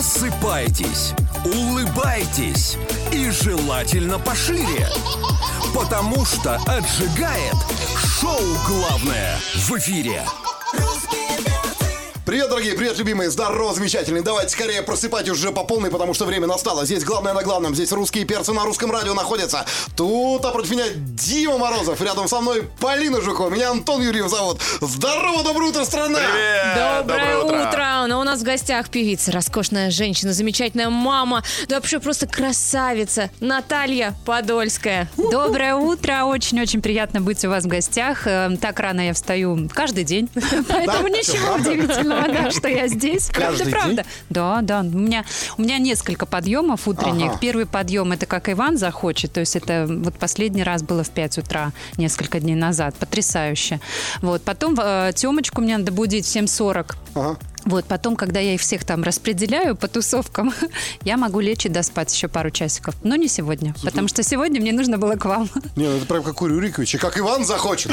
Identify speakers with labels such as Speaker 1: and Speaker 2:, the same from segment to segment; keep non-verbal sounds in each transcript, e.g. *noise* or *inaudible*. Speaker 1: Просыпайтесь, улыбайтесь и желательно пошире. Потому что отжигает шоу «Главное» в эфире.
Speaker 2: Привет, дорогие, привет, любимые, здорово, замечательные. Давайте скорее просыпать уже по полной, потому что время настало. Здесь главное на главном, здесь русские перцы на русском радио находятся. Тут, а против меня Дима Морозов, рядом со мной Полина Жуко, меня Антон Юрьев зовут. Здорово, доброе утро, страна!
Speaker 3: Доброе, утро. Но у нас в гостях певица, роскошная женщина, замечательная мама, да вообще просто красавица Наталья Подольская.
Speaker 2: Ну
Speaker 4: Доброе утро, очень-очень приятно быть у вас в гостях. Э, Так рано я встаю каждый день, *laughs* поэтому ничего удивительного, да, что я здесь. Правда,
Speaker 2: Каждый
Speaker 4: правда.
Speaker 2: день?
Speaker 4: Да, да, у меня, у меня несколько подъемов утренних.
Speaker 2: Ага.
Speaker 4: Первый подъем это как Иван захочет, то есть это вот последний раз было в 5 утра несколько дней назад, потрясающе. Вот, потом э, Темочку мне надо будить в 7.40.
Speaker 2: Ага.
Speaker 4: Вот, потом, когда я их всех там распределяю по тусовкам, *laughs* я могу лечь и доспать еще пару часиков. Но не сегодня, потому что сегодня мне нужно было к вам.
Speaker 2: Не, ну это прям как у Рюриковича, как Иван захочет.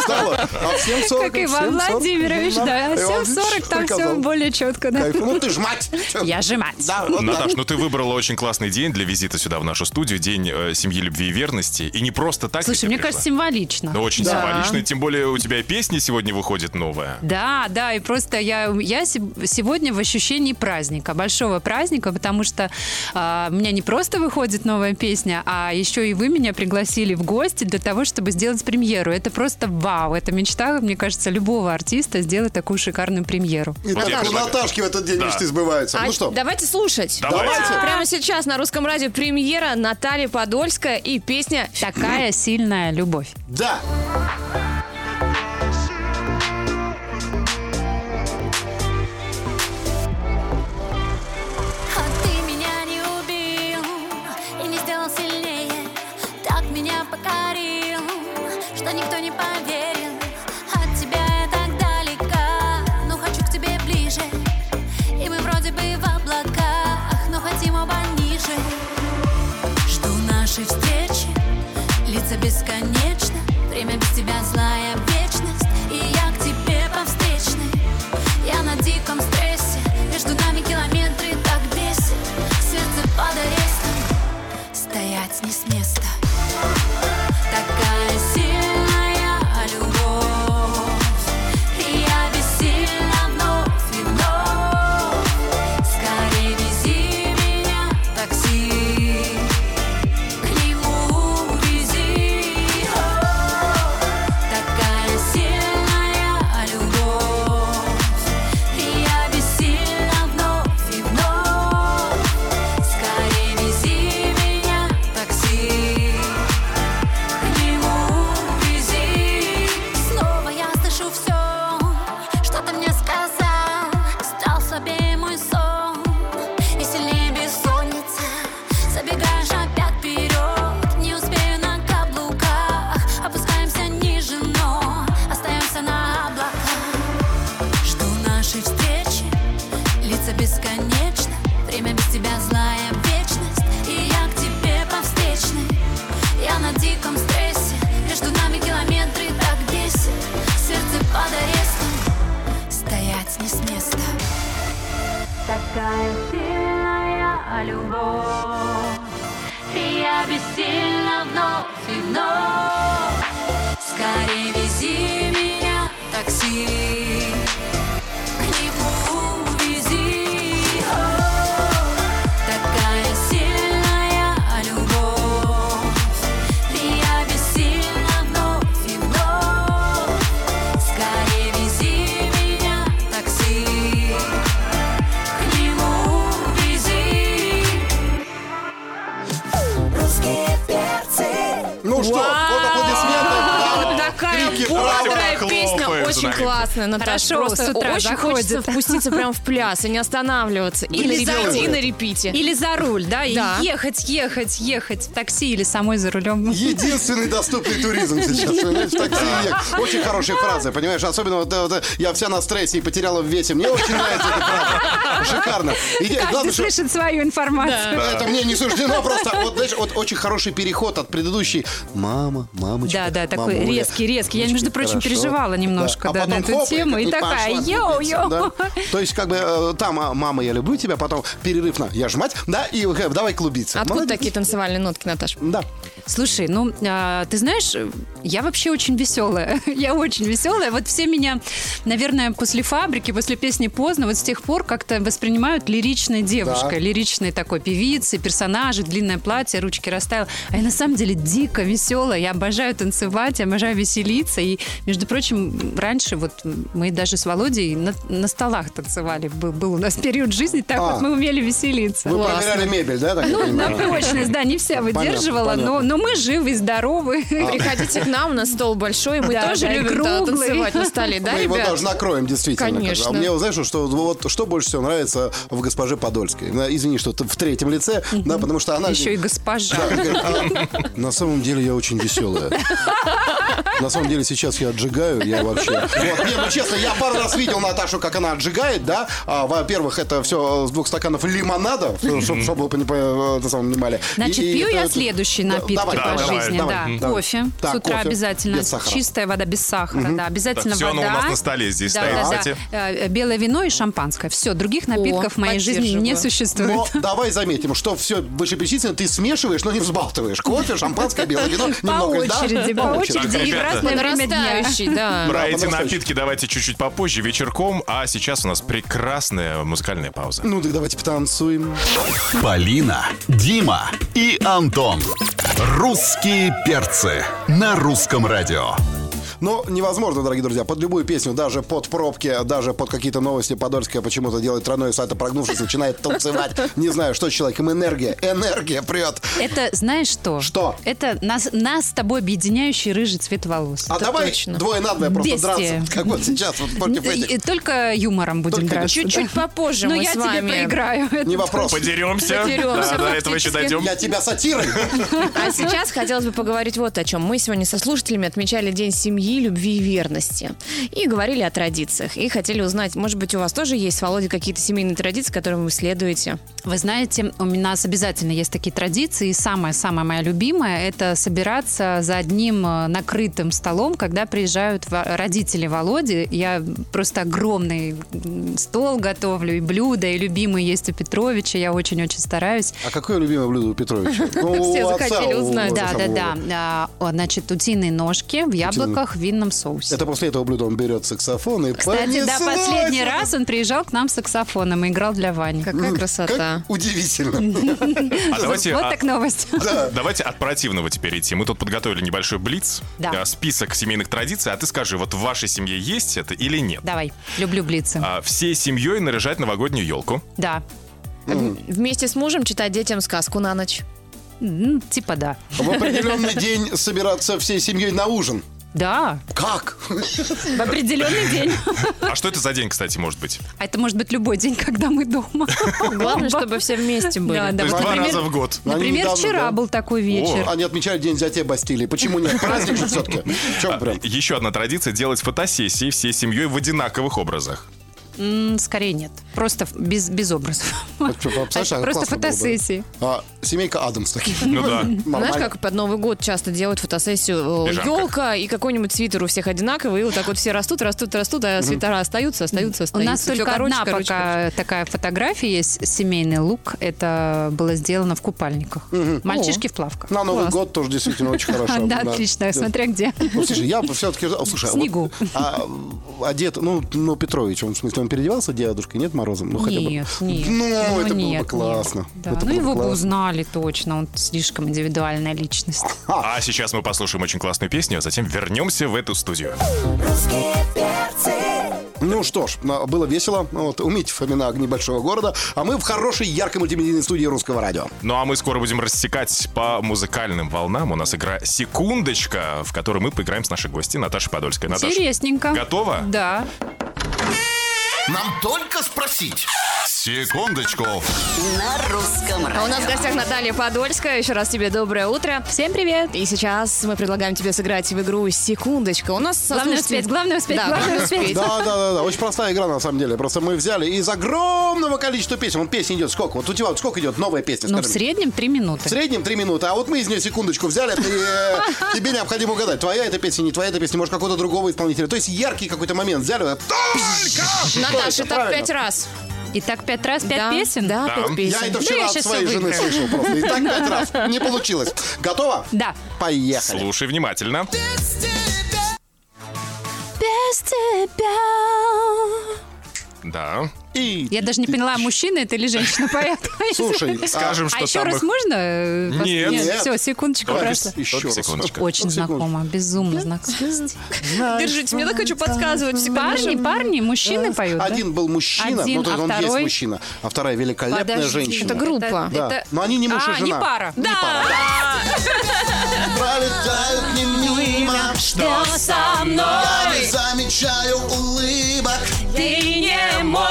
Speaker 2: Стало. А в 7.40,
Speaker 4: *laughs* Как Иван
Speaker 2: 7.40.
Speaker 4: Владимирович, да.
Speaker 2: Иван
Speaker 4: 7.40 там все
Speaker 2: приказал.
Speaker 4: более четко, да.
Speaker 2: Кайф. Ну ты ж мать.
Speaker 4: Я же мать.
Speaker 2: Да, вот так.
Speaker 5: Наташ, ну ты выбрала очень классный день для визита сюда, в нашу студию. День э, семьи, любви и верности. И не просто так. ведь
Speaker 4: Слушай,
Speaker 5: ты
Speaker 4: мне
Speaker 5: пришла.
Speaker 4: кажется, символично.
Speaker 5: Ну, очень
Speaker 4: Да.
Speaker 5: символично. и Тем более у тебя и песня сегодня выходит новая.
Speaker 4: Да, да, и просто я, я се- сегодня в ощущении праздника, большого праздника, потому что а, у меня не просто выходит новая песня, а еще и вы меня пригласили в гости для того, чтобы сделать премьеру. Это просто вау, это мечта, мне кажется, любого артиста сделать такую шикарную премьеру.
Speaker 2: И
Speaker 5: Вот я
Speaker 2: так у
Speaker 5: предлагаю.
Speaker 2: Наташки в этот день
Speaker 5: Да.
Speaker 2: мечты сбываются.
Speaker 3: А
Speaker 2: Ну что?
Speaker 3: Давайте слушать.
Speaker 2: Давайте.
Speaker 3: Прямо сейчас на русском радио премьера Наталья Подольская и песня
Speaker 4: Такая сильная любовь.
Speaker 2: Да.
Speaker 6: А ты меня не убил и не сделал сильнее Так меня покорил, что никто не поверил От тебя я так далека, но хочу к тебе ближе И мы вроде бы в облаках, но хотим оба ниже Жду нашей встречи, лица бесконечно Время без тебя злая вечность И я к тебе повстречный Я на диком стрессе Между нами километры так бесит Сердце под арестом Стоять не с места Такая сильная любовь И я бессильна вновь и вновь Скорее вези меня в такси к нему вези, такая сильная любовь, и я бессильна вновь и вновь. Скорее вези меня такси, к нему вези. Снова я слышу все, что ты мне сказал, стал слабее мой сон и сильнее бессонница. Забегаешь опять вперед, не успею на каблуках Опускаемся ниже, но остаемся на облаках Жду нашей встречи, лица бесконечно Время без тебя злая вечность И я к тебе повстречный Я на диком стрессе Между нами километры так бесит Сердце под арестом Стоять не с места Такая сильная любовь И я бессильна вновь и вновь Скорее вези меня в такси К нему вези О, Такая сильная любовь И я бессильна вновь и вновь Скорее вези меня в такси к нему вези.
Speaker 2: Ну что, вот аплодисменты. Да.
Speaker 3: *laughs* Такая
Speaker 2: Крики,
Speaker 3: бодрая
Speaker 5: браво,
Speaker 3: песня,
Speaker 5: хлопают за
Speaker 3: очень
Speaker 5: нами.
Speaker 3: классная, Наташа.
Speaker 4: Хорошо,
Speaker 3: Просто
Speaker 4: с утра
Speaker 3: очень хочется
Speaker 4: заходит.
Speaker 3: впуститься прям в пляс и не останавливаться. Или
Speaker 2: сделай
Speaker 3: зайти
Speaker 2: же.
Speaker 3: на репите.
Speaker 4: Или за руль, да, и
Speaker 3: Да.
Speaker 4: ехать, ехать, ехать в такси или самой за рулем.
Speaker 2: Единственный доступный туризм сейчас, понимаешь, такси и ехать. Очень хорошая фраза, понимаешь, особенно вот, э, вот, э, я вся на стрессе и потеряла в весе. Мне очень нравится эта фраза. Шикарно. И э,
Speaker 4: Каждый
Speaker 2: главное, что
Speaker 4: слышит свою информацию.
Speaker 2: это мне не суждено просто. Вот, знаешь, вот очень хороший переход от предыдущей «мама», «мамочка»,
Speaker 4: Да, да, такой
Speaker 2: «мамуля»,
Speaker 4: резкий, резкий. Я,
Speaker 2: «внучки»,
Speaker 4: между прочим,
Speaker 2: «хорошо».
Speaker 4: переживала
Speaker 2: Да.
Speaker 4: немножко. шутка,
Speaker 2: А
Speaker 4: да, на
Speaker 2: потом
Speaker 4: эту
Speaker 2: хоп,
Speaker 4: тему. И
Speaker 2: и
Speaker 4: такая,
Speaker 2: пошла
Speaker 4: йоу-йоу.
Speaker 2: Да. То есть, как бы э, там, а, мама, я люблю тебя, потом перерыв на я ж мать, да, и э, давай клубиться.
Speaker 3: Откуда
Speaker 2: Молодец.
Speaker 3: такие танцевальные нотки, Наташа?
Speaker 2: Да.
Speaker 4: Слушай, ну, а, ты знаешь, я вообще очень веселая. *laughs* Я очень веселая. Вот все меня, наверное, после фабрики, после песни «Поздно», вот с тех пор как-то воспринимают лиричной девушкой, лиричной такой певицей, персонажи, длинное платье, ручки расставила. А я на самом деле дико веселая. Я обожаю танцевать, я обожаю веселиться. И, между прочим, раньше вот мы даже с Володей на, на столах танцевали. Был, был у нас период жизни, так
Speaker 2: А. Ну,
Speaker 4: вот мы умели веселиться.
Speaker 2: Вы
Speaker 4: Классно.
Speaker 2: проверяли мебель, да, так я
Speaker 4: Ну, на
Speaker 2: понимаю?
Speaker 4: прочность, да, не вся выдерживала,
Speaker 2: понятно.
Speaker 4: Но, но мы живы, здоровы.
Speaker 3: Приходите к нам, у нас стол большой, мы
Speaker 4: Да,
Speaker 3: тоже
Speaker 4: да, и
Speaker 3: любим да,
Speaker 4: круглый.
Speaker 3: танцевать на столе, да,
Speaker 2: Мы его
Speaker 3: ребят?
Speaker 2: тоже накроем, действительно. как бы.
Speaker 3: Конечно.
Speaker 2: А мне, знаешь, что, вот, что больше всего нравится в госпоже Подольской? На- Извини, что ты в третьем лице, да, потому что
Speaker 4: *laughs*
Speaker 2: она...
Speaker 4: Еще и госпожа.
Speaker 2: А, Да, говорит, «А, *laughs* на самом деле я очень веселая. На самом деле сейчас я отжигаю, я вообще... Вот, не, ну честно, я пару раз видел Наташу, как она отжигает, да. А, во-первых, это все с двух стаканов лимонада, чтобы, вы пони- по- э, на самом понимали.
Speaker 4: Значит,
Speaker 2: И- и
Speaker 4: пью
Speaker 2: это-
Speaker 4: я
Speaker 2: это-
Speaker 4: следующие
Speaker 2: Да,
Speaker 4: напитки
Speaker 2: давай,
Speaker 4: по
Speaker 5: давай,
Speaker 4: жизни.
Speaker 2: давай,
Speaker 4: да.
Speaker 2: давай.
Speaker 4: Кофе.
Speaker 2: Так,
Speaker 4: С утра
Speaker 2: кофе
Speaker 4: обязательно.
Speaker 2: без сахара.
Speaker 4: Чистая вода без сахара. Да, обязательно
Speaker 5: Так, всё оно
Speaker 4: вода.
Speaker 5: у нас на столе здесь
Speaker 4: Да,
Speaker 5: стоит,
Speaker 4: да, да.
Speaker 5: кстати.
Speaker 4: Э, Белое вино и шампанское. Все, других напитков в моей жизни не
Speaker 3: поддерживаю.
Speaker 4: существует.
Speaker 2: Но давай заметим, что все вышеперечисленное ты смешиваешь, но не взбалтываешь. Кофе, шампанское, белое вино,
Speaker 4: *laughs* По
Speaker 2: немного льда.
Speaker 4: очереди, по очереди и в
Speaker 5: ребята.
Speaker 4: разное время дня.
Speaker 3: Нарастающий, да.
Speaker 5: *laughs* Про
Speaker 2: Да,
Speaker 5: эти
Speaker 2: подрастающий.
Speaker 5: напитки давайте чуть-чуть попозже, вечерком. А сейчас у нас прекрасная музыкальная пауза.
Speaker 2: Ну так давайте потанцуем.
Speaker 7: Полина, Дима и Антон. Русские перцы на русском радио.
Speaker 2: Но невозможно, дорогие друзья, под любую песню, даже под пробки, даже под какие-то новости Подольская почему-то делает тройное сальто, прогнувшись, начинает танцевать. Не знаю, что с человеком. Энергия, энергия прет.
Speaker 4: Это знаешь что?
Speaker 2: Что?
Speaker 4: Это нас, нас с тобой объединяющий рыжий цвет волос.
Speaker 2: А давай
Speaker 3: точно.
Speaker 2: двое на двое просто
Speaker 4: Бестия.
Speaker 2: драться, как вот сейчас, вот против
Speaker 4: И
Speaker 2: этих.
Speaker 4: Только юмором будем
Speaker 2: Только
Speaker 4: драться.
Speaker 3: Чуть-чуть
Speaker 4: да.
Speaker 3: попозже мы
Speaker 4: Но Ну, я
Speaker 3: с
Speaker 4: тебе
Speaker 3: вами.
Speaker 4: проиграю. Это
Speaker 2: Не вопрос.
Speaker 5: Подеремся.
Speaker 3: Подеремся,
Speaker 5: Да, до этого еще
Speaker 3: фактически.
Speaker 5: дойдем.
Speaker 2: Я тебя
Speaker 4: *laughs*
Speaker 2: сатирой.
Speaker 3: А сейчас хотелось бы поговорить вот о чем. Мы сегодня со слушателями отмечали День семьи, любви и верности. И говорили о традициях. И хотели узнать, может быть, у вас тоже есть, Володя, какие-то семейные традиции, которым вы следуете?
Speaker 4: Вы знаете, у нас обязательно есть такие традиции. И самая-самая моя любимая – это собираться за одним э, накрытым столом, когда приезжают ва- родители Володи. Я просто огромный м, стол готовлю, и блюда, и любимые есть у Петровича. Я очень-очень стараюсь.
Speaker 2: А какое любимое блюдо у Петровича? Ну,
Speaker 3: Все
Speaker 2: у
Speaker 3: захотели
Speaker 2: у-
Speaker 3: узнать.
Speaker 2: у
Speaker 4: Да, да,
Speaker 2: самого.
Speaker 4: да. А, о, Значит, утиные ножки в яблоках в винном соусе.
Speaker 2: Это после этого блюда он берет саксофон и
Speaker 4: Кстати, да,
Speaker 2: понеслось.
Speaker 4: последний раз он приезжал к нам с саксофоном и играл для Вани.
Speaker 3: Какая красота.
Speaker 2: Как удивительно.
Speaker 5: А давайте,
Speaker 4: Вот
Speaker 5: а,
Speaker 4: так новость.
Speaker 5: давайте от противного теперь идти. Мы тут подготовили небольшой блиц.
Speaker 4: Да.
Speaker 5: а, Список семейных традиций. А ты скажи, вот в вашей семье есть это или нет?
Speaker 4: Давай, люблю блицы.
Speaker 5: А, всей семьей наряжать новогоднюю елку.
Speaker 4: Да.
Speaker 3: Вместе с мужем читать детям сказку на ночь.
Speaker 4: Ну, типа да.
Speaker 2: В определенный день собираться всей семьей на ужин.
Speaker 4: Да,
Speaker 2: Как?
Speaker 4: в определенный день.
Speaker 5: А что это за день, кстати, может быть?
Speaker 4: А это может быть любой день, когда мы дома.
Speaker 3: Главное, чтобы все вместе были.
Speaker 4: Да, да.
Speaker 5: То есть
Speaker 4: вот,
Speaker 5: два
Speaker 4: например,
Speaker 5: раза в год.
Speaker 2: Ну, Они
Speaker 4: Например,
Speaker 2: недавно,
Speaker 4: вчера
Speaker 2: да.
Speaker 4: был такой вечер.
Speaker 2: Они отмечают день взятия Бастилии. Почему нет? Праздник же все-таки. В чем прям?
Speaker 5: Еще одна традиция делать фотосессии всей семьей в одинаковых образах.
Speaker 4: М, Скорее нет. Просто в- без, без образов.
Speaker 2: Вот что, представляешь, а
Speaker 4: Просто
Speaker 2: классно было бы.
Speaker 4: фотосессии.
Speaker 2: А, семейка Адамс такие.
Speaker 4: *laughs*
Speaker 5: Ну да.
Speaker 3: Знаешь,
Speaker 2: Нормально.
Speaker 3: как под Новый год часто делают фотосессию
Speaker 5: Пижамка.
Speaker 3: елка и какой-нибудь свитер у всех одинаковый, и вот так вот все растут, растут, растут, а свитера остаются, остаются,
Speaker 4: У
Speaker 3: остаются.
Speaker 4: нас
Speaker 3: Всё
Speaker 4: только
Speaker 3: короче,
Speaker 4: одна
Speaker 3: короче,
Speaker 4: пока
Speaker 3: короче.
Speaker 4: такая фотография есть, семейный лук. Это было сделано в купальниках. Мальчишки в плавках.
Speaker 2: На Новый
Speaker 3: классно.
Speaker 2: год тоже действительно очень хорошо.
Speaker 4: *laughs* Да, отлично, смотря где.
Speaker 2: Ну, слушай, я все-таки... Слушай, а вот-
Speaker 4: Снегу.
Speaker 2: а, одет, ну, ну, Петрович, он, в смысле, он переодевался дедушкой, нет, Морозом? Ну, хотя бы.
Speaker 4: Нет, нет.
Speaker 2: Ну, это было бы
Speaker 4: нет,
Speaker 2: классно.
Speaker 4: нет. Да,
Speaker 2: Это
Speaker 4: ну
Speaker 2: было бы
Speaker 4: его бы
Speaker 2: классно.
Speaker 4: узнали точно, он слишком индивидуальная
Speaker 2: *laughs*
Speaker 4: личность.
Speaker 5: А сейчас мы послушаем очень классную песню, а затем вернемся в эту студию.
Speaker 2: Ну что ж, а, было весело. Вот, умить Фомина огни большого города. А мы в хорошей, яркой мультимедийной студии русского радио.
Speaker 5: Ну а мы скоро будем рассекать по музыкальным волнам. У нас игра «Секундочка», в которой мы поиграем с нашей гостью Наташей Подольской. Наташа,
Speaker 4: Интересненько.
Speaker 5: готова?
Speaker 4: Да.
Speaker 7: Нам только спросить. Секундочку.
Speaker 8: На русском радио.
Speaker 3: А у нас в гостях Наталья Подольская. Еще раз тебе доброе утро.
Speaker 4: Всем привет!
Speaker 3: И сейчас мы предлагаем тебе сыграть в игру «Секундочка». У нас со
Speaker 4: Главное
Speaker 3: слушателем-
Speaker 4: успеть, главное успеть,
Speaker 3: Да,
Speaker 4: главное успеть.
Speaker 2: Да, да, да, да. Очень простая игра на самом деле. Просто мы взяли из огромного количества песен. Вот песен идет сколько? Вот у тебя вот сколько идет новая песня?
Speaker 4: Ну, в
Speaker 2: скажи мне?
Speaker 4: среднем три
Speaker 2: В
Speaker 4: минуты.
Speaker 2: среднем три минуты, а вот мы из нее секундочку взяли, ты,
Speaker 4: *laughs*
Speaker 2: э, тебе необходимо угадать, твоя эта песня, не твоя эта песня, может, какого-то другого исполнителя. То есть яркий какой-то момент взяли. а вот, Только!
Speaker 3: Наташа, так
Speaker 2: Правильно.
Speaker 3: пять раз.
Speaker 4: И так пять раз, пять
Speaker 3: Да,
Speaker 4: песен?
Speaker 3: Да, пять песен.
Speaker 2: Я это
Speaker 4: Да я
Speaker 2: вчера от
Speaker 4: щас
Speaker 2: своей
Speaker 4: всё
Speaker 2: жены
Speaker 4: выиграю.
Speaker 2: слышал просто. И так
Speaker 4: *laughs*
Speaker 2: пять раз. Не получилось. Готова?
Speaker 4: Да.
Speaker 2: Поехали.
Speaker 5: Слушай внимательно.
Speaker 4: Без тебя.
Speaker 5: Да.
Speaker 2: И-
Speaker 4: Я даже не поняла, мужчина это или женщина *laughs* поет.
Speaker 2: *laughs* Слушай, а,
Speaker 5: Скажем,
Speaker 4: А
Speaker 5: что
Speaker 4: еще
Speaker 5: там
Speaker 4: раз
Speaker 5: их-
Speaker 4: можно? э, просто-
Speaker 5: Нет.
Speaker 2: Нет.
Speaker 4: Все, секундочку
Speaker 5: Только
Speaker 4: прошла.
Speaker 5: с-
Speaker 2: Еще
Speaker 5: только
Speaker 2: раз. *laughs*
Speaker 5: секундочку.
Speaker 4: Очень
Speaker 2: секундочку.
Speaker 4: знакомо, безумно знакомо.
Speaker 3: Держите, мне так хочу подсказывать всегда.
Speaker 4: Парни, парни, мужчины поют, да?
Speaker 2: Один был мужчина,
Speaker 4: Один,
Speaker 2: ну, то есть
Speaker 4: а
Speaker 2: он есть
Speaker 4: второй?
Speaker 2: мужчина, а вторая великолепная
Speaker 4: Подожди,
Speaker 2: женщина.
Speaker 3: Это группа.
Speaker 2: Да.
Speaker 4: это-
Speaker 2: Но они не муж и
Speaker 4: А,
Speaker 2: жена.
Speaker 4: не пара.
Speaker 2: Не
Speaker 4: Да.
Speaker 2: пара, да. Пролетают мимо,
Speaker 4: Что со мной?
Speaker 2: не замечаю улыбок.
Speaker 4: Ты не мой.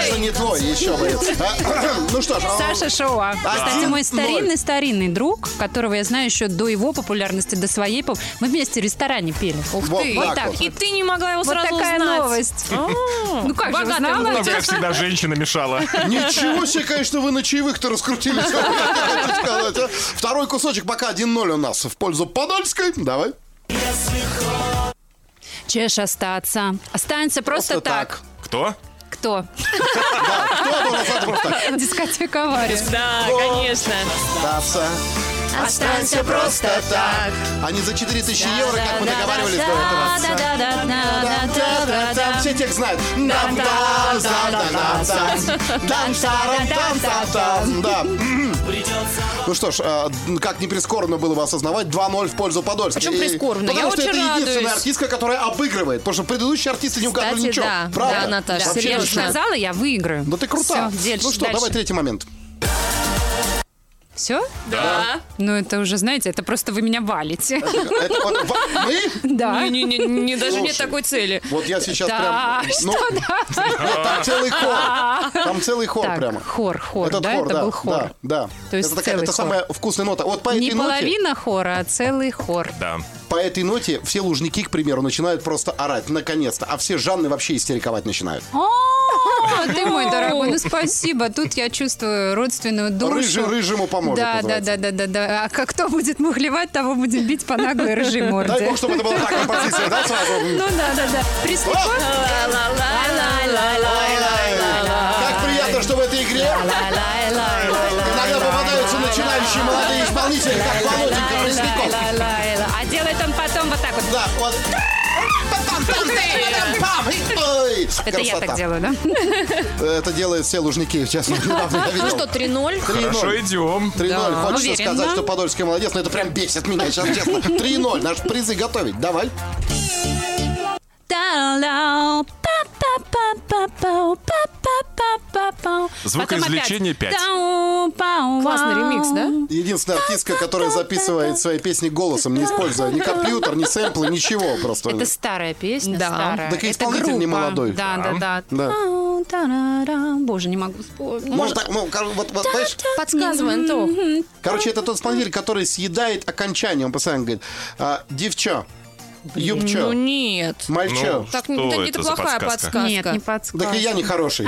Speaker 2: Конечно, не твой, еще бы. А, *clears throat* Ну что ж, а,
Speaker 4: Саша Шоуа. Кстати, мой старинный-старинный друг, которого я знаю еще до его популярности, до своей поп- Мы вместе в ресторане пели. Ух
Speaker 2: Вот ты. так
Speaker 4: Вот так.
Speaker 2: вот.
Speaker 4: И
Speaker 3: И ты не могла его
Speaker 4: Вот
Speaker 3: сразу
Speaker 4: такая
Speaker 3: узнать.
Speaker 4: новость. Ну как же,
Speaker 3: богатым
Speaker 4: узнала?
Speaker 5: Там, как всегда, женщина мешала.
Speaker 2: Ничего себе, конечно, вы на чаевых-то раскрутились. *laughs* я хочу сказать, а. Второй кусочек пока 1-0 у нас в пользу Подольской. Давай.
Speaker 4: Чешь остаться. Останься просто, так.
Speaker 5: Кто?
Speaker 4: Кто?
Speaker 2: Кто у нас это просто так?
Speaker 4: *laughs* Дискотека авария.
Speaker 3: Да, конечно.
Speaker 2: Остаться.
Speaker 4: Останься
Speaker 2: Просто так. Они за 4000 евро, как мы договаривались до этого. Да-да-да, Все текст знают. Да. Ну что ж, а, как не прискорбно было бы осознавать, 2-0 в пользу Подольска.
Speaker 3: Почему
Speaker 2: И-
Speaker 3: прискорбно?
Speaker 2: Потому
Speaker 3: Я
Speaker 2: что
Speaker 3: очень
Speaker 2: это единственная
Speaker 3: радуюсь.
Speaker 2: артистка, которая обыгрывает. Потому что предыдущие артисты не угадывали
Speaker 4: Ну,
Speaker 3: Кстати,
Speaker 2: ничего.
Speaker 3: да.
Speaker 2: Правда?
Speaker 3: Да, Наташа,
Speaker 2: Вообще
Speaker 4: Я
Speaker 3: серьезно.
Speaker 4: же
Speaker 2: ничего.
Speaker 4: сказала, я выиграю.
Speaker 2: Да ты крута.
Speaker 4: Все, дальше.
Speaker 2: Ну что, давай третий момент.
Speaker 4: Все?
Speaker 3: Да.
Speaker 4: Ну это уже, знаете, это просто вы меня
Speaker 3: *laughs*
Speaker 4: валите.
Speaker 2: Это вот ва- мы?
Speaker 4: Да.
Speaker 3: Не-не-не, даже нет
Speaker 2: Слушай.
Speaker 3: такой цели.
Speaker 2: Вот я сейчас
Speaker 4: Да, *laughs*
Speaker 2: прям...
Speaker 4: что
Speaker 2: ну, нет, там целый
Speaker 4: *laughs*
Speaker 2: хор. Там целый *laughs* хор
Speaker 4: Так,
Speaker 2: прямо.
Speaker 4: хор, хор,
Speaker 2: Этот
Speaker 4: да,
Speaker 2: хор,
Speaker 4: это
Speaker 2: да,
Speaker 4: был хор.
Speaker 2: Да, ну, да.
Speaker 4: То есть
Speaker 2: это, такая-
Speaker 4: целый
Speaker 2: это
Speaker 4: хор.
Speaker 2: самая вкусная нота. Вот по этой,
Speaker 4: Не
Speaker 2: ноте,
Speaker 4: половина хора, а
Speaker 2: *laughs*
Speaker 4: целый хор.
Speaker 5: Да.
Speaker 2: по этой ноте все лужники, к примеру, начинают просто орать, наконец-то. А все Жанны вообще истериковать начинают.
Speaker 4: О, ты мой
Speaker 2: *laughs*
Speaker 4: дорогой, ну спасибо. Тут я чувствую родственную душу.
Speaker 2: Рыжий рыжему поможет,
Speaker 4: Ну Да, да,
Speaker 2: называется.
Speaker 4: да, да, да, да. А как кто будет мухлевать, того будем бить по наглой рыжей морде.
Speaker 2: Дай бог, чтобы это была та композиция, да, сразу?
Speaker 4: Ну да, да, да. Приступай.
Speaker 2: Как приятно, что в этой игре иногда попадаются начинающие молодые исполнители, как Володенька Пресняков.
Speaker 4: А делает он потом вот так вот.
Speaker 2: Да, вот. Ой,
Speaker 4: Это я
Speaker 2: красота.
Speaker 4: так делаю, да?
Speaker 2: Это делают все лужники, честно. недавно я
Speaker 3: Ну
Speaker 2: видел.
Speaker 3: что,
Speaker 2: 3-0.
Speaker 3: 3-0?
Speaker 5: Хорошо, идем.
Speaker 2: 3-0. Хочется
Speaker 4: уверенно.
Speaker 2: сказать, что Подольский молодец, но это прям бесит меня сейчас, честно. 3-0. Наш призы готовить. Давай.
Speaker 4: Та-лау, па-па-па-па-пау, па-па-па-па-пау.
Speaker 5: Звукоизвлечение
Speaker 4: Потом опять.
Speaker 5: пять.
Speaker 4: Тау, пау,
Speaker 3: Классный
Speaker 4: вау.
Speaker 3: ремикс, да?
Speaker 2: Единственная артистка, которая записывает свои песни голосом, не используя ни компьютер, ни сэмплы, ничего просто.
Speaker 4: Это старая песня,
Speaker 3: Да.
Speaker 4: старая.
Speaker 2: Так и
Speaker 4: Это
Speaker 2: исполнитель
Speaker 4: группа.
Speaker 2: немолодой.
Speaker 4: Да, да, да.
Speaker 2: Да.
Speaker 4: Тау, тарара. Боже, не могу вспомнить.
Speaker 2: Может, так, ну, кор- вот, вот, знаешь,
Speaker 3: Подсказывай, Антох.
Speaker 2: короче, это тот исполнитель, который съедает окончание. Он постоянно говорит, а, девчо,
Speaker 3: Ну
Speaker 2: юбчо,
Speaker 3: нет.
Speaker 2: мальчо.
Speaker 3: Так,
Speaker 5: Что
Speaker 3: так
Speaker 5: это
Speaker 3: это
Speaker 5: за
Speaker 3: плохая
Speaker 5: подсказка?
Speaker 3: подсказка.
Speaker 4: Нет, не
Speaker 3: Ну,
Speaker 4: подсказка.
Speaker 2: Так и я нехороший.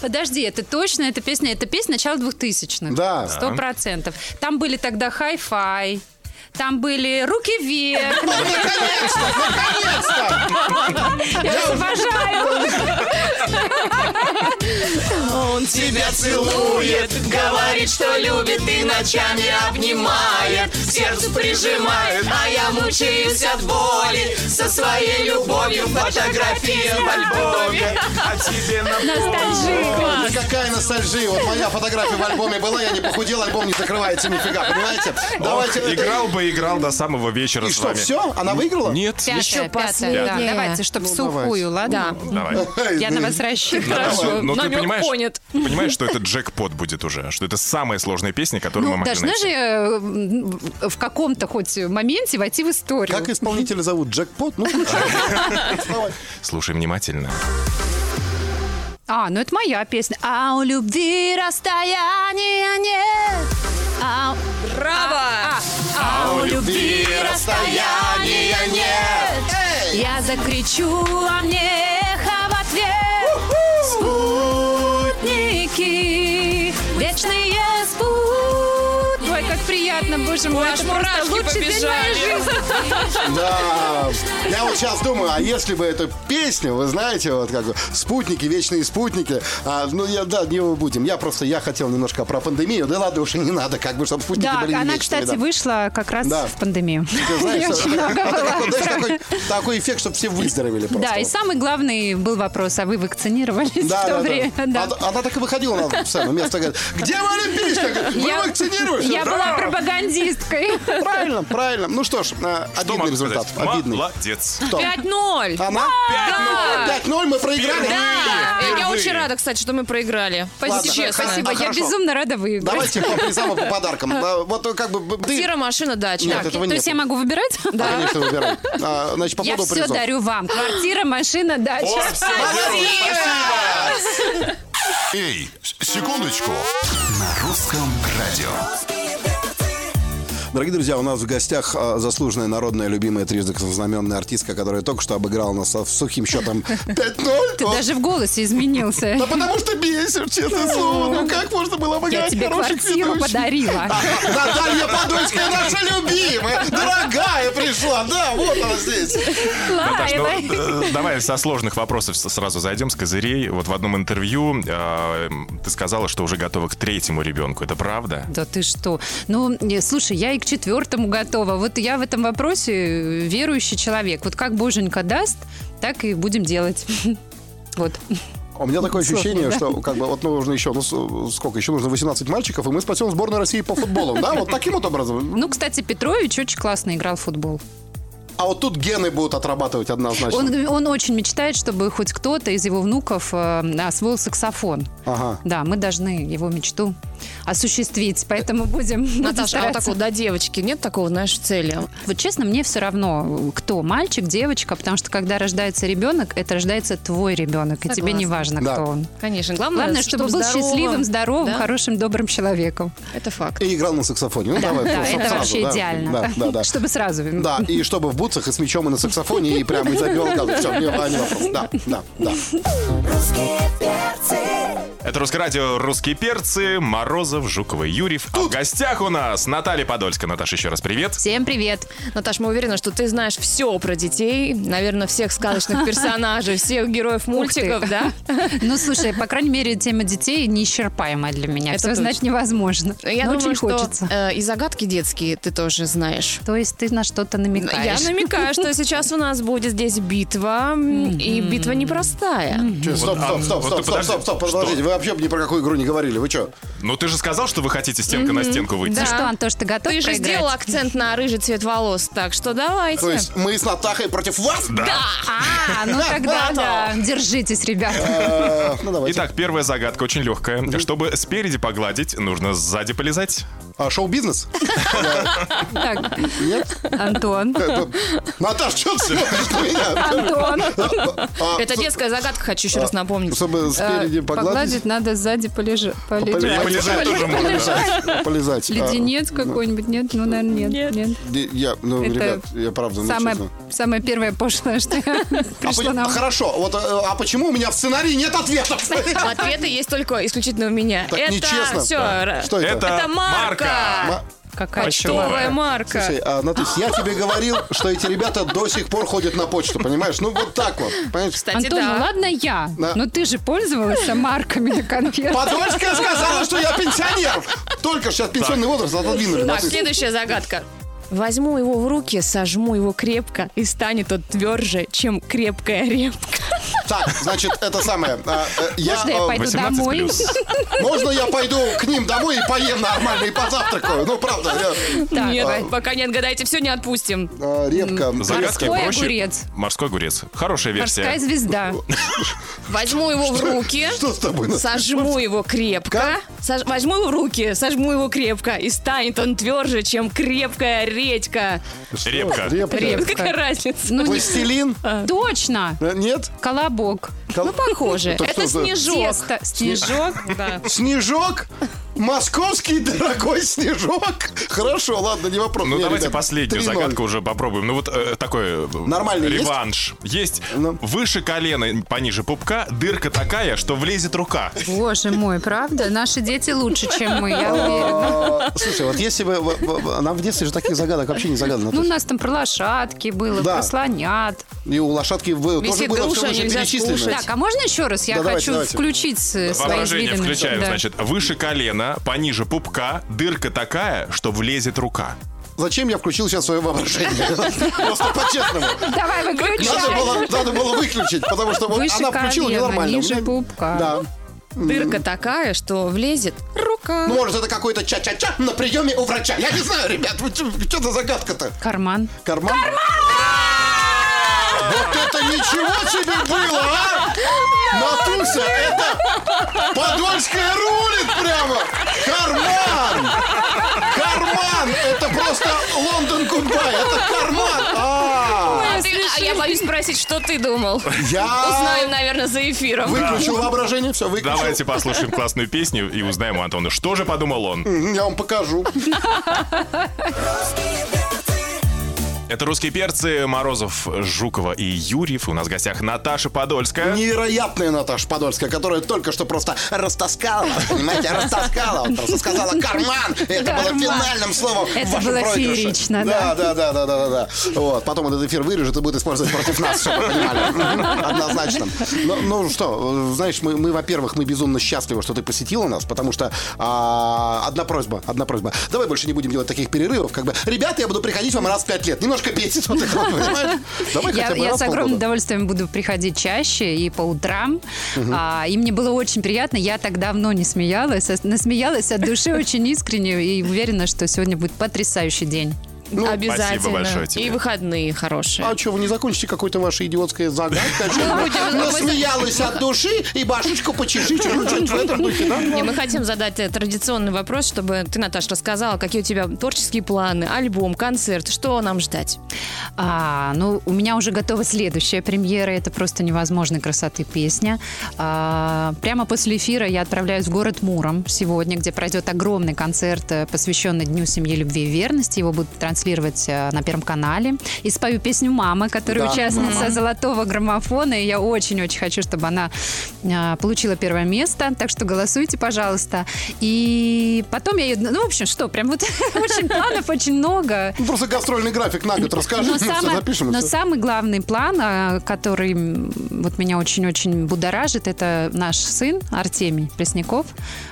Speaker 4: Подожди, это точно эта песня? Это песня начала 2000-х.
Speaker 2: Да.
Speaker 4: Сто процентов. Там были тогда хай-фай. Там были руки вверх. Я вас обожаю.
Speaker 2: Он тебя целует, говорит, что любит и ночами обнимает, сердце прижимает, а я мучаюсь от боли со своей любовью фотография в альбоме. А
Speaker 4: Ностальжи.
Speaker 2: Да какая ностальжия! Вот моя фотография в альбоме была, я не похудел, альбом не закрывается нифига, понимаете? Давайте. э,
Speaker 5: Ох, играл бы, играл до самого вечера
Speaker 2: И
Speaker 5: с
Speaker 2: что,
Speaker 5: вами.
Speaker 2: все? Она выиграла?
Speaker 5: Нет.
Speaker 4: Пятая,
Speaker 3: последняя.
Speaker 4: пятая. да. Давайте, чтобы
Speaker 2: Ну,
Speaker 4: сухую, ладно?
Speaker 5: Давай.
Speaker 4: Я на вас рассчитываю.
Speaker 5: Хорошо. Но Ну, ты
Speaker 3: Намек
Speaker 5: понимаешь,
Speaker 3: понят.
Speaker 5: ты понимаешь, что это джекпот будет уже, что это самая сложная песня, которую мы
Speaker 4: Ну,
Speaker 5: могли
Speaker 4: должна
Speaker 5: найти.
Speaker 4: же э, м, в каком-то хоть моменте войти в историю.
Speaker 2: Как исполнителя
Speaker 4: *laughs*
Speaker 2: зовут? Джекпот? Ну, включай. Давай.
Speaker 5: Слушай внимательно.
Speaker 4: А, ну это моя песня. А у любви расстояния нет. А,
Speaker 3: Браво!
Speaker 4: а у любви расстояния нет. Я закричу, а мне эхо в ответ. Спутники, вечные спутники. Ой, как приятно, боже мой, это просто лучший день моей *laughs* жизни.
Speaker 2: Да. Я вот сейчас думаю, а если бы эту песню, вы знаете, вот как бы, спутники, вечные спутники, а, ну я, да, не будем. Я просто, я хотел немножко про пандемию, да ладно уж и не надо, как бы, чтобы спутники
Speaker 4: Да,
Speaker 2: были не
Speaker 4: она,
Speaker 2: вечными,
Speaker 4: кстати,
Speaker 2: да.
Speaker 4: вышла как раз
Speaker 2: Да.
Speaker 4: в пандемию.
Speaker 2: Ты
Speaker 4: *laughs*
Speaker 2: знаешь,
Speaker 4: Я
Speaker 2: что-
Speaker 4: очень много
Speaker 2: вот такой,
Speaker 4: была.
Speaker 2: вот, знаешь, такой- Такой эффект, чтобы все выздоровели просто.
Speaker 4: Да, и самый главный был вопрос, а вы вакцинировались в то время? Да.
Speaker 2: Она, А, она так и выходила на сцену. Место говорит, где вы олимпийская? Говорит, Вы
Speaker 4: Я-
Speaker 2: вакцинируешь?
Speaker 4: Я была пропагандисткой.
Speaker 2: Правильно, правильно. Ну что ж, э,
Speaker 5: Что
Speaker 2: обидный
Speaker 5: могу
Speaker 2: результат.
Speaker 5: сказать?
Speaker 2: Обидный.
Speaker 5: Молодец.
Speaker 2: Кто?
Speaker 3: 5-0!
Speaker 2: Она? 5-0 мы проиграли.
Speaker 3: Да!
Speaker 5: Впервые.
Speaker 3: Я очень рада, кстати, что мы проиграли.
Speaker 2: Ладно,
Speaker 3: Честно.
Speaker 4: Спасибо,
Speaker 2: А,
Speaker 4: я
Speaker 2: хорошо.
Speaker 4: безумно рада выиграть.
Speaker 2: Давайте по призам и по подаркам. Да, Вот э, как бы... ты-
Speaker 3: Квартира, машина, дача.
Speaker 2: Нет,
Speaker 3: Так,
Speaker 2: этого
Speaker 4: То
Speaker 2: нет.
Speaker 4: есть я могу выбирать?
Speaker 2: Конечно, выбирай. А, Значит, по
Speaker 4: Я
Speaker 2: поводу
Speaker 4: все
Speaker 2: призов.
Speaker 4: дарю вам. Квартира, машина, дача.
Speaker 5: О, всё, здорово, спасибо.
Speaker 7: Эй, с- секундочку. На русском радио.
Speaker 2: Дорогие друзья, у нас в гостях а, заслуженная народная любимая трижды знаменная артистка, которая только что обыграла нас со- с сухим
Speaker 4: *laughs*
Speaker 2: счетом 5-0.
Speaker 4: Ты
Speaker 2: Вот.
Speaker 4: даже в голосе изменился.
Speaker 2: Да потому что бесишь, честное слово. Ну как можно было
Speaker 4: Я
Speaker 2: обыграть
Speaker 4: тебе
Speaker 2: хороших
Speaker 4: квартиру
Speaker 2: ведущих? А,
Speaker 4: подарила.
Speaker 2: Наталья Подольская, наша любимая, дорогая пришла. Да, вот она здесь.
Speaker 5: Наташ, ну,
Speaker 4: Лайла.
Speaker 5: э, давай со сложных вопросов с- сразу зайдем с козырей. Вот в одном интервью э, ты сказала, что уже готова к третьему ребенку. Это правда?
Speaker 4: Да ты что? Ну, не, слушай, я и к четвертому готова. Вот я в этом вопросе э, верующий человек. Вот как боженька даст, так и будем делать. *laughs* Вот.
Speaker 2: У меня такое
Speaker 4: Сложно,
Speaker 2: ощущение,
Speaker 4: да.
Speaker 2: что как бы вот нужно еще, ну с- сколько, еще нужно 18 мальчиков, и мы спасем сборную России по футболу. Да, вот таким вот образом.
Speaker 4: Ну, кстати, Петрович очень классно играл в футбол.
Speaker 2: А вот тут гены будут отрабатывать однозначно.
Speaker 4: Он, он очень мечтает, чтобы хоть кто-то из его внуков э, освоил саксофон.
Speaker 2: Ага.
Speaker 4: Да, мы должны его мечту осуществить, поэтому будем *laughs* будем
Speaker 3: Наташа, а вот
Speaker 4: стараться.
Speaker 3: так вот до девочки нет такого, знаешь, цели?
Speaker 4: Вот честно, мне все равно, кто мальчик, девочка, потому что когда рождается ребенок, это рождается твой ребенок, и тебе
Speaker 3: Согласна.
Speaker 4: не важно,
Speaker 2: Да.
Speaker 4: кто он.
Speaker 3: Конечно. Главное,
Speaker 4: Главное, чтобы
Speaker 3: чтоб
Speaker 4: был
Speaker 3: здоровым.
Speaker 4: счастливым, Ну, здоровым,
Speaker 3: Да?
Speaker 4: хорошим, добрым человеком.
Speaker 3: Это факт.
Speaker 2: И играл на саксофоне. Ну, давай,
Speaker 4: Да,
Speaker 2: просто
Speaker 4: это
Speaker 2: сразу,
Speaker 4: вообще
Speaker 2: да.
Speaker 4: идеально.
Speaker 2: Да, да, да.
Speaker 4: *laughs* Чтобы сразу.
Speaker 2: Да, и чтобы в бутсах, и с мечом, и на саксофоне, и прямо и забил гол. Все, не, а, не вопрос. Да, да, да.
Speaker 5: Это Русское радио «Русские перцы», Морозов, Жукова, и Юрьев. А в гостях у нас Наталья Подольская. Наташа, еще раз привет.
Speaker 4: Всем привет.
Speaker 3: Наташ, мы уверены, что ты знаешь все про детей, наверное, всех *laughs* сказочных персонажей, всех героев мультиков, да?
Speaker 4: Ну, слушай, по крайней мере, тема детей неисчерпаемая для меня.
Speaker 3: Это
Speaker 4: Все знать
Speaker 3: точно.
Speaker 4: невозможно.
Speaker 3: Я
Speaker 4: но
Speaker 3: думаю,
Speaker 4: очень
Speaker 3: что
Speaker 4: хочется.
Speaker 3: э, и загадки детские ты тоже знаешь.
Speaker 4: То есть ты на что-то намекаешь.
Speaker 3: Я намекаю, что сейчас у нас будет здесь битва, м, и битва непростая.
Speaker 2: Чё, Стоп, стоп,
Speaker 5: а,
Speaker 2: стоп,
Speaker 5: вот
Speaker 2: стоп,
Speaker 5: ты
Speaker 2: стоп, стоп, стоп,
Speaker 5: подожди,
Speaker 2: подождите. Вы
Speaker 5: что?
Speaker 2: вообще ни про какую игру не говорили. Вы что?
Speaker 5: Ну, ты же сказал, что вы хотите стенка на стенку выйти.
Speaker 4: Ну
Speaker 3: Да.
Speaker 4: что, Антош, ты готов
Speaker 3: Ты же
Speaker 4: проиграть?
Speaker 3: сделал акцент на рыжий цвет волос, так что
Speaker 2: То
Speaker 3: давайте.
Speaker 2: есть мы с Натахой против вас? *laughs*
Speaker 4: А, ну тогда да. Держитесь, ребята.
Speaker 2: Э, Ну, давайте.
Speaker 5: Итак, первая загадка очень легкая. Чтобы спереди погладить, нужно сзади полезать.
Speaker 2: А, Шоу-бизнес?
Speaker 4: Так,
Speaker 2: Нет? *laughs*
Speaker 4: Антон.
Speaker 2: Как бы- Наташ, что ты смотришь на меня?
Speaker 4: Антон.
Speaker 2: А,
Speaker 3: Это детская загадка, хочу еще раз напомнить.
Speaker 2: Чтобы спереди
Speaker 4: Э,
Speaker 2: погладить.
Speaker 4: надо сзади полежа-
Speaker 2: Полежать.
Speaker 4: полежать.
Speaker 5: Полежать тоже можно.
Speaker 2: Полезать. А,
Speaker 4: Леденец какой-нибудь, нет? Ну, наверное, нет. нет.
Speaker 2: де- Я, ну,
Speaker 4: Это
Speaker 2: ребят, я правда, ну,
Speaker 4: Самое,
Speaker 2: честно.
Speaker 4: самое первое пошлое, что *laughs* я
Speaker 2: А
Speaker 4: пришло
Speaker 2: по-
Speaker 4: на ум.
Speaker 2: Хорошо, вот, э, а почему у меня в сценарии нет ответов?
Speaker 3: *laughs* Ответы есть только исключительно у меня.
Speaker 2: Так
Speaker 3: Это
Speaker 2: нечестно.
Speaker 3: все.
Speaker 2: Что это?
Speaker 3: Это марка.
Speaker 2: Ма-
Speaker 4: Какая
Speaker 5: Почтовая.
Speaker 3: Почтовая марка.
Speaker 2: Слушай, а, Наташ, я тебе говорил, что эти ребята до сих пор ходят на почту, понимаешь? Ну, вот так вот, понимаешь?
Speaker 3: Кстати,
Speaker 4: Антон,
Speaker 3: да.
Speaker 4: ну ладно я,
Speaker 2: Да.
Speaker 4: но ты же пользовался марками на конверт.
Speaker 2: Подольская сказала, что я пенсионер. Только что сейчас пенсионный возраст отодвинули.
Speaker 3: Так,
Speaker 2: нас.
Speaker 3: следующая загадка. Возьму его в руки, сожму его крепко, и станет он тверже, чем крепкая репка.
Speaker 2: Так, значит, это самое. а, э, я,
Speaker 4: Можно я
Speaker 2: э,
Speaker 4: пойду
Speaker 5: 18
Speaker 4: домой?
Speaker 5: плюс.
Speaker 2: Можно я пойду к ним домой и поем нормально и позавтракаю? Ну, правда. я-
Speaker 4: *laughs* Так,
Speaker 3: Нет, пока не отгадаете, все не отпустим.
Speaker 2: а, Репка.
Speaker 5: Загадки
Speaker 4: Морской
Speaker 5: проще.
Speaker 4: огурец.
Speaker 5: Морской огурец. Хорошая версия.
Speaker 4: Морская
Speaker 2: *laughs*
Speaker 4: звезда.
Speaker 3: Возьму его в руки,
Speaker 2: Что с тобой? Наташа?
Speaker 3: сожму его крепко. сож- Возьму его в руки, сожму его крепко, и станет он тверже, чем крепкая редька.
Speaker 5: Репка.
Speaker 2: Репка. *laughs*
Speaker 3: Репка, какая разница?
Speaker 4: Ну, не-
Speaker 2: Пластилин?
Speaker 4: точно!
Speaker 2: Э, Нет?
Speaker 4: колобок.
Speaker 2: Кол-
Speaker 3: Ну, похоже.
Speaker 2: Так
Speaker 3: Это
Speaker 2: что за-
Speaker 3: снежок.
Speaker 4: Тесто, снежок, да.
Speaker 2: Снежок? Московский дорогой снежок? Хорошо, ладно, не вопрос.
Speaker 5: Ну,
Speaker 2: Не,
Speaker 5: давайте
Speaker 2: ребят,
Speaker 5: последнюю
Speaker 2: 3:0.
Speaker 5: загадку уже попробуем. Ну, вот э, такой... э,
Speaker 2: Нормальный есть?
Speaker 5: Реванш. Есть.
Speaker 2: Ну.
Speaker 5: Выше колена, пониже пупка, дырка такая, что влезет рука.
Speaker 4: Боже мой, правда? Наши дети лучше, чем мы, я уверена.
Speaker 2: *laughs* А, Слушай, вот если бы... в- в- в- Нам в детстве же таких загадок вообще не загадано.
Speaker 4: Ну, у нас там про лошадки было,
Speaker 2: Да.
Speaker 4: про слонят.
Speaker 2: И у лошадки в- тоже
Speaker 3: Висит
Speaker 2: было
Speaker 3: груша,
Speaker 2: все
Speaker 3: нельзя
Speaker 2: перечислено.
Speaker 3: скушать.
Speaker 4: Так, а можно еще раз? Я
Speaker 2: Да, давайте,
Speaker 4: хочу
Speaker 2: давайте.
Speaker 4: включить э, свои
Speaker 5: Воображение
Speaker 4: извилины.
Speaker 5: включаем,
Speaker 4: Да.
Speaker 5: значит, выше колена, пониже пупка, дырка такая, что влезет рука.
Speaker 2: Зачем я включил сейчас свое воображение? *laughs* Просто по-честному.
Speaker 4: Давай,
Speaker 2: Надо
Speaker 4: выключай.
Speaker 2: было, надо было выключить, потому что вот
Speaker 4: Выше
Speaker 2: она включила
Speaker 4: колена,
Speaker 2: ненормально.
Speaker 4: ниже
Speaker 2: У меня-
Speaker 4: пупка.
Speaker 2: Да.
Speaker 3: Дырка такая, что влезет рука.
Speaker 2: Ну, может, это какой-то ча-ча-ча на приеме у врача. Я не знаю, ребят, что за загадка-то?
Speaker 4: Карман.
Speaker 2: Карман? Вот это ничего себе было, а! Матуся, это подольская рулит прямо! Карман! Карман! Это просто Лондон Гудбай! Это карман! А,
Speaker 3: А ты- а я боюсь спросить, что
Speaker 2: *laughs*
Speaker 3: ты думал.
Speaker 2: я
Speaker 3: Узнаем, наверное, за эфиром.
Speaker 2: выключил воображение, все, выключил.
Speaker 5: Давайте послушаем классную песню и узнаем у Антона, что же подумал он.
Speaker 2: Я вам покажу.
Speaker 5: Это «Русские перцы» Морозов, Жукова и Юрьев. У нас в гостях Наташа Подольская.
Speaker 2: Невероятная Наташа Подольская, которая только что просто растаскала, понимаете, растаскала. Вот просто сказала «карман», и это было
Speaker 4: Карман.
Speaker 2: финальным словом
Speaker 4: Это
Speaker 2: вашей
Speaker 4: было
Speaker 2: проигрыша.
Speaker 4: феерично,
Speaker 2: да. Да, да, да, да, да, да. Вот, потом этот эфир вырежет и будет использовать против нас, чтобы вы понимали. *laughs* Мгм, Однозначно. Ну, ну что, э, знаешь, мы, мы, во-первых, мы безумно счастливы, что ты посетила нас, потому что а, одна просьба, одна просьба. Давай больше не будем делать таких перерывов, как бы. Ребята, я буду приходить вам раз в пять лет. Немножко бесит *laughs* вот это, вот, понимаешь? Давай
Speaker 4: Я,
Speaker 2: хотя бы
Speaker 4: я
Speaker 2: раз
Speaker 4: с
Speaker 2: в
Speaker 4: огромным
Speaker 2: полгода.
Speaker 4: удовольствием буду приходить чаще и по утрам. А, и мне было очень приятно. Я так давно не смеялась. а Насмеялась от души очень искренне и уверена, что сегодня будет потрясающий день.
Speaker 3: Обязательно.
Speaker 5: спасибо большое тебе.
Speaker 3: И выходные хорошие.
Speaker 2: ну, А что, вы не закончите какой-то вашей идиотской загадкой? Насмеялась от души и башечку почешите. Ну,
Speaker 4: *laughs*
Speaker 2: что-нибудь в этом духе, да?
Speaker 3: Не, мы хотим задать э, традиционный вопрос, чтобы ты, Наташа, рассказала, какие у тебя творческие планы, альбом, концерт, что нам ждать.
Speaker 4: А, ну, у меня уже готова следующая премьера. Это просто невозможной красоты песня. А, прямо после эфира я отправляюсь в город Муром сегодня, где пройдет огромный концерт, э, посвященный Дню семьи, любви и верности. Его будут транслировать э, на Первом канале. И спою песню «Мама», которая
Speaker 2: Да,
Speaker 4: участница золотого граммофона. И я очень-очень хочу, чтобы она э, получила первое место. Так что голосуйте, пожалуйста. И потом я ее... Ну, в общем, что, прям вот *laughs* очень планов очень много.
Speaker 2: Ну, просто гастрольный график на год расскажи,
Speaker 4: Но,
Speaker 2: мы все
Speaker 4: самое-
Speaker 2: запишем. и
Speaker 4: но
Speaker 2: всё.
Speaker 4: самый главный план, а, который м, вот меня очень-очень будоражит, это наш сын Артемий Пресняков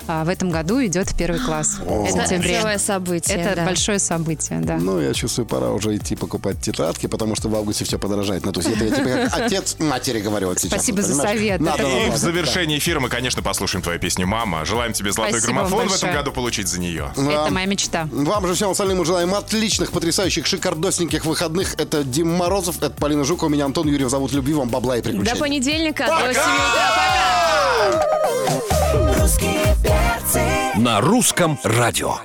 Speaker 4: а, в этом году идет в первый класс в
Speaker 3: Это
Speaker 4: сентябре.
Speaker 3: целое событие.
Speaker 4: Это
Speaker 3: да.
Speaker 4: большое событие, да.
Speaker 2: Ну, я чувствую, пора уже идти покупать тетрадки, потому что в августе все подорожает. Ну, то есть это я тебе как отец матери говорю вот сейчас.
Speaker 4: Спасибо
Speaker 2: вот,
Speaker 4: за
Speaker 2: понимаешь?
Speaker 4: совет.
Speaker 2: Надо
Speaker 4: Это-
Speaker 2: нам,
Speaker 5: И в
Speaker 2: надо,
Speaker 5: завершении эфира мы, конечно, послушаем твою песню «Мама». Желаем тебе золотой
Speaker 4: Спасибо вам
Speaker 5: граммофон в этом
Speaker 4: большое.
Speaker 5: году получить за нее.
Speaker 4: Это моя мечта.
Speaker 2: Вам же всем остальным мы желаем отличных, потрясающих, шикардосненьких выходных. Это Дим Морозов, это Полина Жукова, меня Антон Юрьев зовут. Любви вам, бабла и
Speaker 3: До
Speaker 2: приключений.
Speaker 3: понедельника, до 7 утра. Пока!
Speaker 1: На русском радио.